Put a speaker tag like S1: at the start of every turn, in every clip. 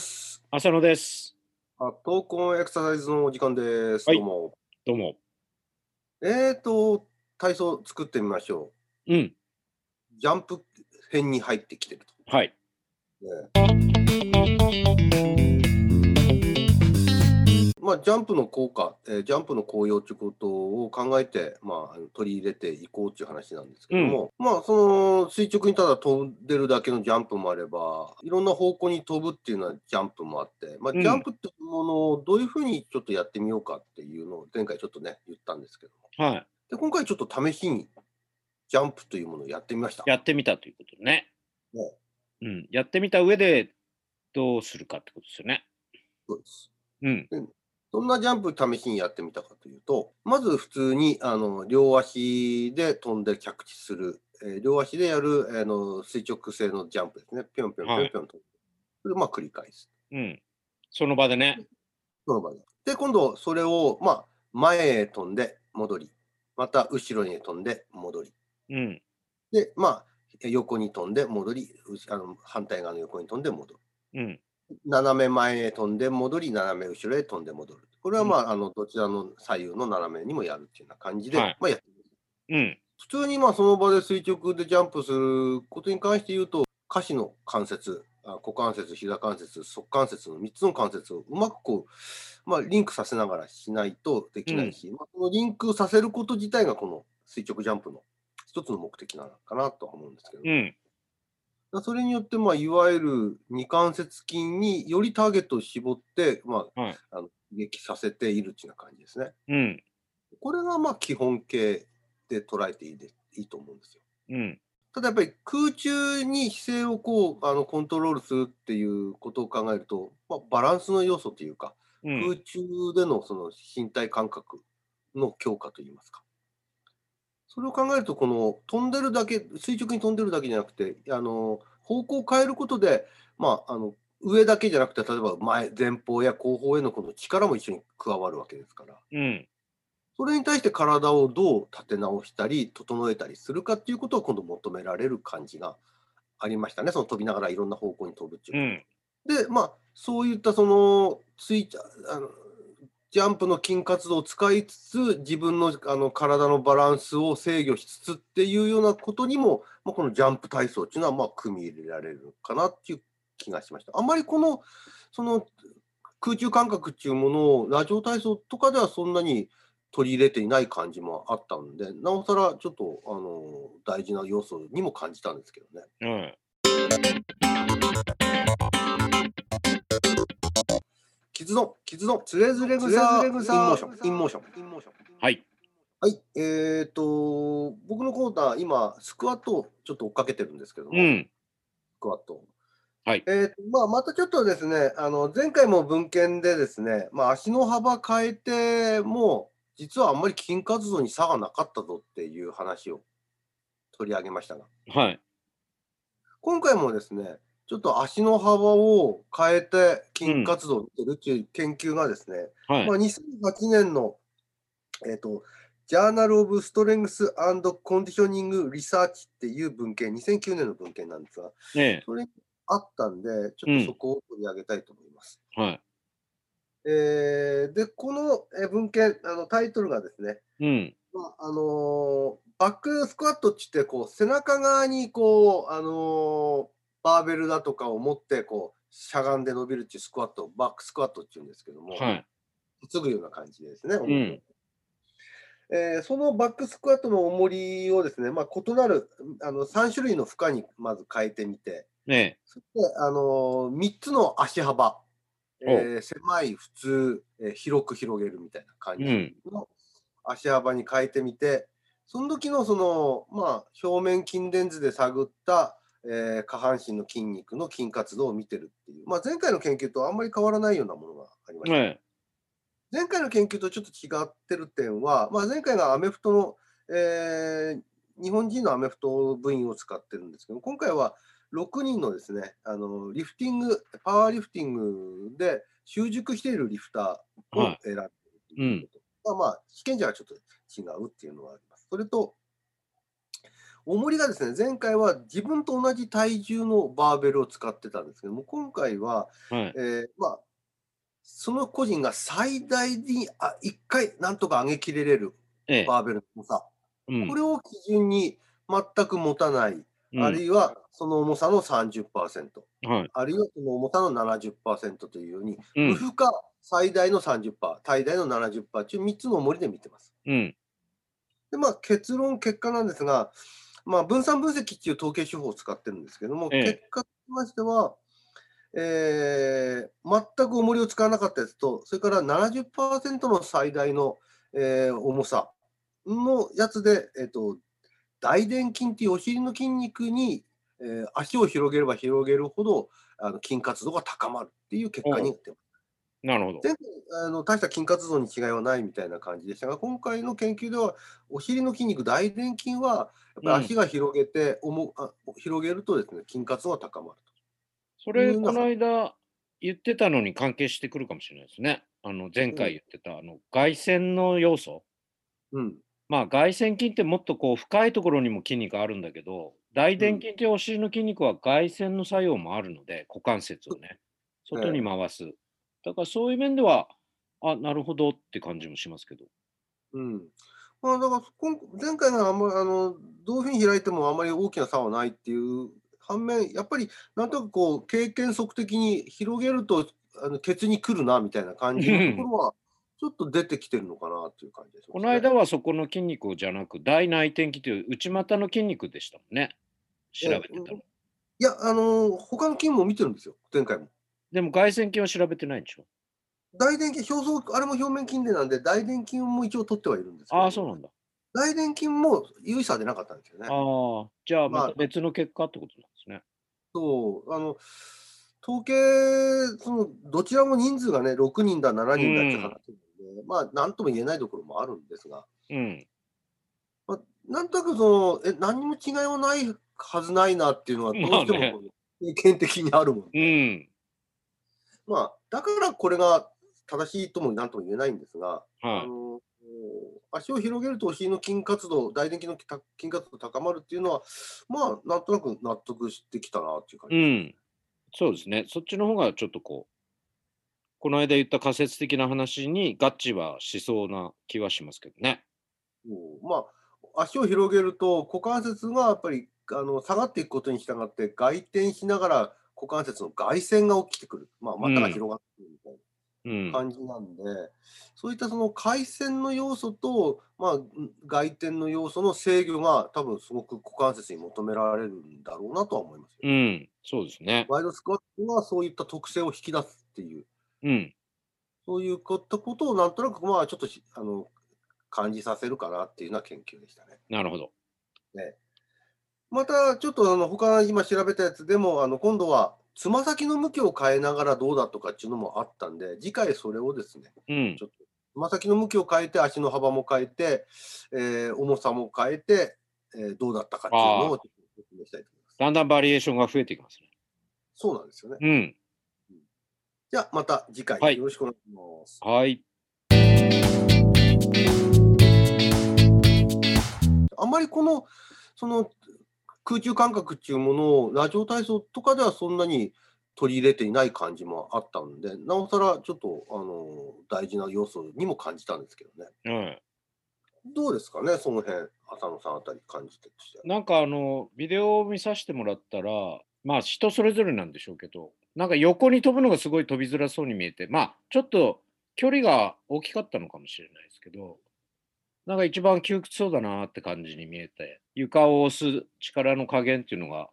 S1: 浅野です。
S2: あ、闘魂エクササイズのお時間です。
S1: はい
S2: どうも。
S1: どうも。
S2: えーと、体操作ってみましょ
S1: うん。
S2: う。ジャンプ編に入ってきてる
S1: はい。
S2: と。ねまあ、ジャンプの効果、えージャンプの効用ということを考えて、まああの、取り入れていこうという話なんですけども、まあ、その垂直にただ飛んでるだけのジャンプもあれば、いろんな方向に飛ぶっていうのはジャンプもあって、まあ、
S1: う
S2: ジ
S1: ん
S2: ャンプっていうものをどういうふうにちょっとやってみようかっていうのを前回ちょっとね、言ったんですけども。
S1: は
S2: で今回ちょっと試しにジャンプというものをやってみました
S1: い。。やってみたということね。
S2: ね
S1: うん。やってみた上で、どうするかってことですよね。
S2: そうです
S1: うん。
S2: どんなジャンプ試しにやってみたかというと、まず普通にあの両足で飛んで着地する、えー両足でやる、あの垂直性のジャンプですね。ぴょんぴょんぴょんぴょん飛んで、それをまあ繰り返す。
S1: うん。その場でね。
S2: その場で。で、今度それをまあ前へ飛んで戻り、また後ろに飛んで戻り。
S1: うん。
S2: で、まあ横に飛んで戻り、うしあの反対側の横に飛んで戻る。
S1: うん。
S2: 斜め前へ飛んで戻り、斜め後ろへ飛んで戻る。これは
S1: うん
S2: まあ、あのどちらの左右の斜めにもやるっていうような感じで、
S1: はい
S2: まあ、やってみる
S1: うん。
S2: 普通にまあその場で垂直でジャンプすることに関して言うと、下肢の関節、あ股関節、膝関節、足関節の3つの関節をうまくこう、まあ、リンクさせながらしないとできないし、まあ、そのリンクさせること自体がこの垂直ジャンプの一つの目的なのかなとは思うんですけど。
S1: うん。
S2: だそれによって、まあ、いわゆる二関節筋によりターゲットを絞って、まあ
S1: はい
S2: あの刺激させているっていうような感じですね。
S1: うん。
S2: これがまあ基本形で捉えていいでいいと思うんですよ。
S1: うん。
S2: ただやっぱり空中に姿勢をこうあのコントロールするっていうことを考えると、まあ、バランスの要素というか、
S1: うん。
S2: 空中でのその身体感覚の強化といいますか。それを考えると、この飛んでるだけ、垂直に飛んでるだけじゃなくて、あの方向を変えることで、まあ、あの上だけじゃなくて、例えば前、前方や後方へのこの力も一緒に加わるわけですから、
S1: うん。
S2: それに対して体をどう立て直したり、整えたりするかっていうことを今度求められる感じがありましたね、その飛びながらいろんな方向に飛ぶっていうか
S1: うん。
S2: で、まあ、そういったそのついあのジャンプの筋活動を使いつつ、自分のあの体のバランスを制御しつつっていうようなことにも、まあ、このジャンプ体操っていうのはまあ組み入れられるかなっていう気がしました。あんまりこのその空中感覚っていうものをラジオ体操とかではそんなに取り入れていない感じもあったんで、なおさらちょっとあの大事な要素にも感じたんですけどね。
S1: うん。
S2: キズの、キズの、つれずれ
S3: 草
S2: インモーション、インモーション。
S1: はい。
S2: はい、えっ、と、僕のコーナー、今、スクワットをちょっと追っかけてるんですけども、
S1: うん。
S2: スクワットを。
S1: はい
S2: えーとまあ、またちょっとですね、あの前回も文献でですね、まあ、足の幅変えても、実はあんまり筋活動に差がなかったぞっていう話を取り上げましたが、
S1: はい。
S2: 今回もですね、ちょっと足の幅を変えて筋活動をしてるっていう研究がですね、
S1: はい
S2: まあ、。2008年の、えっとジャーナル・オブ・ストレングス・アンド・コンディショニング・リサーチっていう文献、2009年の文献なんですが、
S1: え
S2: それあったんで、ちょっとそこを取り上げたいと思います。
S1: え。はい。
S2: えーで、このえー文献、あのタイトルがですね、
S1: うん。
S2: まああのーバックスクワットって言ってこう、背中側にこう、あのーバーベルだとかを持ってこうしゃがんで伸びるっていうスクワット、バックスクワットっていうんですけども、
S1: はい。
S2: つぐような感じですね。
S1: ん
S2: えーそのバックスクワットの重りをですね、まあ、異なるあの3種類の負荷にまず変えてみて、
S1: え
S2: そして、あのー3つの足幅、えー狭い、普通、えー広く広げるみたいな感
S1: え。う
S2: じ
S1: ん。
S2: の足幅に変えてみて、その時のその、まあ、表面筋電図で探った、えー下半身の筋肉の筋活動を見てるっていう、まあ、前回の研究とあんまり変わらないようなものがありました。
S1: え
S2: 前回の研究とちょっと違ってる点は、まあ、前回がアメフトの、えー日本人のアメフト部員を使ってるんですけど、今回は6人のですね、あのリフティング、パワーリフティングで習熟しているリフターを
S1: は
S2: 選んでる
S1: い。うん。
S2: まあまあ、試験者はちょっと違うっていうのはあります。それと、重りがですね、前回は自分と同じ体重のバーベルを使ってたんですけども、今回は、
S1: はい。
S2: えーまあ、その個人が最大にあ1回なんとか上げきれれる
S1: ええ。
S2: バーベルの重さ、
S1: うん
S2: これを基準に全く持たない、
S1: うん
S2: あるいはその重さの30%、
S1: はい。
S2: あるいはその重さの70%というように、
S1: う
S2: 無
S1: ん。
S2: 負荷最大の30%、最大の70%中3つの重りで見てます。
S1: うん。
S2: でまあ、結論、結果なんですが、まあ、分散分析っていう統計手法を使ってるんですけども、
S1: ええ
S2: 結果としましては、えー全く重りを使わなかったやつと、それから70%の最大の、えー重さのやつで、えっと大臀筋っていうお尻の筋肉に、えー足を広げれば広げるほどあの筋活動が高まるっていう結果になってます
S1: なるほど。
S2: 全部あの大した筋活動に違いはないみたいな感じでしたが今回の研究ではお尻の筋肉大臀筋はやっぱり足が広げて、重あ広げるとですね筋活動が高まる
S1: それ、この間言ってたのに関係してくるかもしれないですね。あの、前回言ってた、あの、外旋の要素。
S2: と、うん
S1: まあ、外旋筋ってもっとこう、深いところにも筋肉あるんだけど、大臀筋っていうお尻の筋肉は外旋の作用もあるので、股関節をね、外に回す。だからそういう面では、あ、なるほどって感じもしますけど。
S2: うんまあ、だから今前回のあんまりあのどういうふうに開いてもあまり大きな差はないっていう反面やっぱりなんとなくこう経験則的に広げるとあのケツに来るなみたいな感じのところはちょっと出てきてるのかなという感じですね、
S1: この間はそこの筋肉じゃなく、大内転筋という内股の筋肉でしたもんね。調べて
S2: う
S1: た
S2: ん
S1: ら。
S2: いや、あのー他の筋も見てるんですよ、前回も。
S1: でも外旋筋は調べてないんでしょ
S2: 大臀筋、表層、あれも表面筋でなんで、大臀筋も一応取ってはいるんですけど、
S1: ああ、そうなんだ。
S2: 大臀筋も有意差でなかったんですよね。
S1: ああ、じゃあ
S2: まあ
S1: また別の結果ってことなんですね。
S2: そう、あの、統計、その、どちらも人数がね、6人だ、7人だって話なんで、まあ、なんとも言えないところもあるんですが、
S1: うん。
S2: まあ、なんとなくその、え、何にも違いはないはずないなっていうのは、どうして
S1: まあね
S2: もこう経験的にあるもんで
S1: うん。
S2: まあ、だからこれが正しいともなんとも言えないんですが、あ
S1: は
S2: の足を広げるとお尻の筋活動、大臀筋のた筋活動高まるっていうのは、まあ、なんとなく納得してきたなっていう感
S1: い。
S2: じ。
S1: うん。そうですね。そっちの方がちょっとこう、この間言った仮説的な話に合致はしそうな気はしますけどね。
S2: うんまあ、足を広げると、股関節がやっぱりあの下がっていくことに従って、外転しながら股関節の外旋が起きてくる、まあ、股が広がってくるみたいな。
S1: うん。
S2: 感じなんで、そういったその回線の要素と、まあ、ん外転の要素の制御が多分すごく股関節に求められるんだろうなとは思いますよ、
S1: うん。そうですね。
S2: ワイドスクワットはそういった特性を引き出すっていう、
S1: うん。
S2: そういうことことをなんとなく、まあ、ちょっとしあの感じさせるかなっていうような研究でしたね。
S1: なるほど。
S2: また、ちょっとあの他今調べたやつでも、あの今度はつま先の向きを変えながらどうだとかっていうのもあったんで、次回それをですね、
S1: うん
S2: ち。ょっとつま先の向きを変えて、足の幅も変えて、えー重さも変えて、えーどうだったかっていうのをちょっと説明したいと思います。
S1: だんだんバリエーションが増えていきますね。
S2: そうなんですよね。
S1: うん。
S2: じゃあまた次回
S1: はい
S2: よろしくお願いします。
S1: はい。
S2: あんまりこのその空中感覚っていうものをラジオ体操とかではそんなに取り入れていない感じもあったんで、なおさらちょっとあの大事な要素にも感じたんですけどね。
S1: うん。
S2: どうですかね、その辺、浅野さんあたり感じてとして。
S1: なんかあの、ビデオを見させてもらったら、まあ人それぞれなんでしょうけど、なんか横に飛ぶのがすごい飛びづらそうに見えて、まあちょっと距離が大きかったのかもしれないですけど、なんか一番窮屈そうだなって感じに見えて、床を押す力の加減っていうのが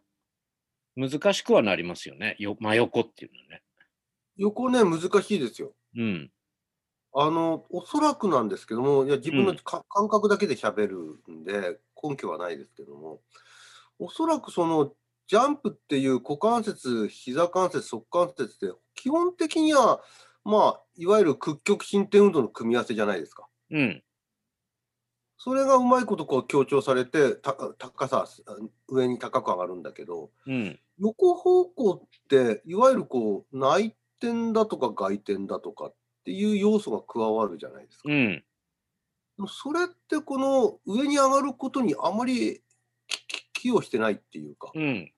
S1: 難しくはなりますよね。よ真横っていうのはね。
S2: 横ね、難しいですよ。
S1: うん。
S2: あの、おそらくなんですけども、いや、自分
S1: う
S2: の
S1: ん
S2: か感覚だけで喋るんで、根拠はないですけども、おそらくその、ジャンプっていう股関節、膝関節、側関節って、基本的には、まあ、いわゆる屈曲伸展運動の組み合わせじゃないですか。
S1: うん。
S2: それがうまいことこう強調されて、た高さ、上に高く上がるんだけど、
S1: うん。
S2: 横方向って、いわゆるこう、内転だとか外転だとかっていう要素が加わるじゃないですか。
S1: うん。
S2: でもそれってこの上に上がることにあまりきき寄与してないっていうか、
S1: うん。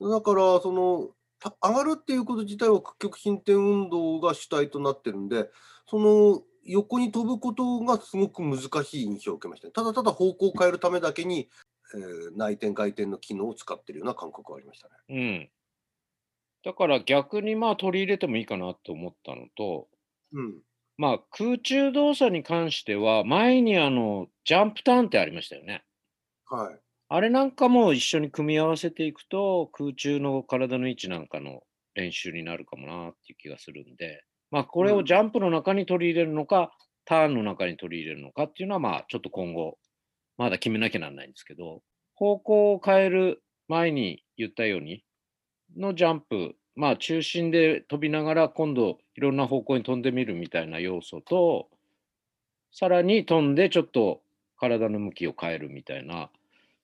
S2: だからそのた上がるっていうこと自体は屈曲伸展運動が主体となってるんで、その横に飛ぶことがすごく難しい印象を受けましたね。ただただ方向を変えるためだけに、えー内転外転の機能を使ってるような感覚がありましたね。
S1: うん。だから逆にまあ取り入れてもいいかなと思ったのと、
S2: うん。
S1: まあ空中動作に関しては、前にあの、ジャンプターンってありましたよね。
S2: はい。
S1: あれなんかも一緒に組み合わせていくと、空中の体の位置なんかの練習になるかもなっていう気がするんで、まあこれ
S2: う
S1: を
S2: ん
S1: ジャンプの中に取り入れるのか、ターンの中に取り入れるのかっていうのは、まあちょっと今後、まだ決めなきゃなんないんですけど、方向を変える前に言ったように、のジャンプ、まあ中心で飛びながら今度いろんな方向に飛んでみるみたいな要素と、さらに飛んでちょっと体の向きを変えるみたいな、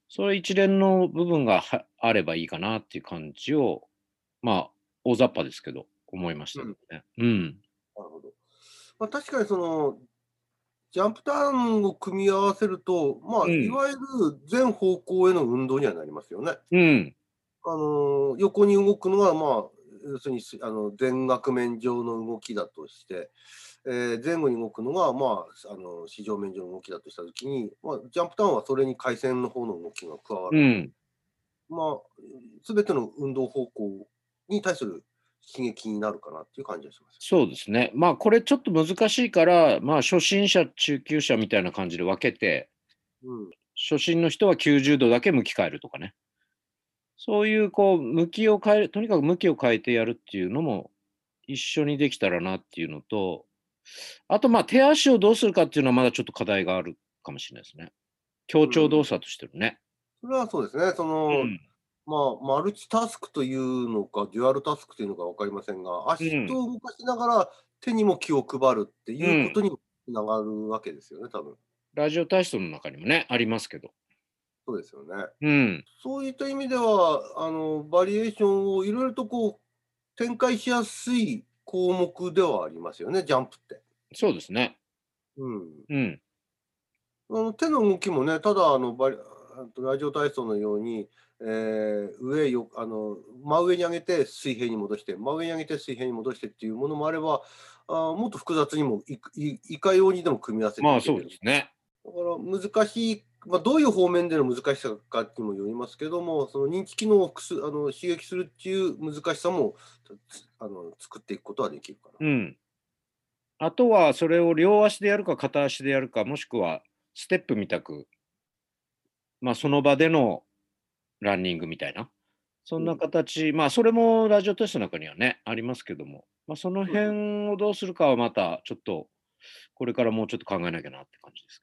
S1: それ一連の部分がはあればいいかなっていう感じを、まあ大雑把ですけど、思いましたけどね。うん。
S2: なるほど。まあ、確かにその、ジャンプターンを組み合わせると、まあ、
S1: うん
S2: いわゆる全方向への運動にはなりますよね。
S1: うん。
S2: あのー横に動くのは、まあ、要するにすあの全額面上の動きだとして、えー前後に動くのが、まあ、あの市場面上の動きだとしたときに、まあ、ジャンプターンはそれに回線の方の動きが加わ
S1: う
S2: る。
S1: ん。
S2: まあ、すべての運動方向に対する刺激になるかなっていう感じがします。
S1: そうですね。まあこれちょっと難しいから、まあ初心者、中級者みたいな感じで分けて、
S2: うん、
S1: 初心の人は90度だけ向き変えるとかね。そういうこう向きを変える、とにかく向きを変えてやるっていうのも一緒にできたらなっていうのと、あとまあ手足をどうするかっていうのはまだちょっと課題があるかもしれないですね。協調動作としてるね。
S2: それはそうですね。その、
S1: うん
S2: まあ、マルチタスクというのか、デュアルタスクというのか分かりませんが、足と動かしながら手にも気を配るっていうことにもつながるわけですよね、多分
S1: ラジオ体操の中にもね、ありますけど。
S2: そうですよね。
S1: うん。
S2: そういった意味では、あのバリエーションをいろいろとこう展開しやすい項目ではありますよね、ジャンプって。
S1: そうですね。
S2: うん、
S1: うん。
S2: あの手の動きもね、ただあのバリ、あとラジオ体操のように、えー上よあの真上に上げて水平に戻して、真上に上げて水平に戻してっていうものもあれば、あーもっと複雑にもいくいいかようにでも組み合わせていける
S1: まあそうですね。
S2: だから難しい、まあ、どういう方面での難しさかにもよりますけども、その認知機能をくすあの刺激するっていう難しさもつあの作っていくことはできるか
S1: う
S2: な。
S1: ん。あとはそれを両足でやるか片足でやるかもしくはステップみたく、まあ、その場でのランニングみたいなそんな形、まあそれもラジオテストの中にはねありますけども、まあ、その辺をどうするかはまたちょっとこれからもうちょっと考えなきゃなって感じです。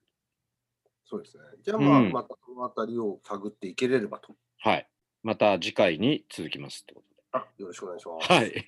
S2: そうですね。じゃあ、まあ
S1: うん
S2: またそのあたりを探っていければと。
S1: はい。また次回に続きますってこと
S2: あよろしくお願いします。
S1: で。はい。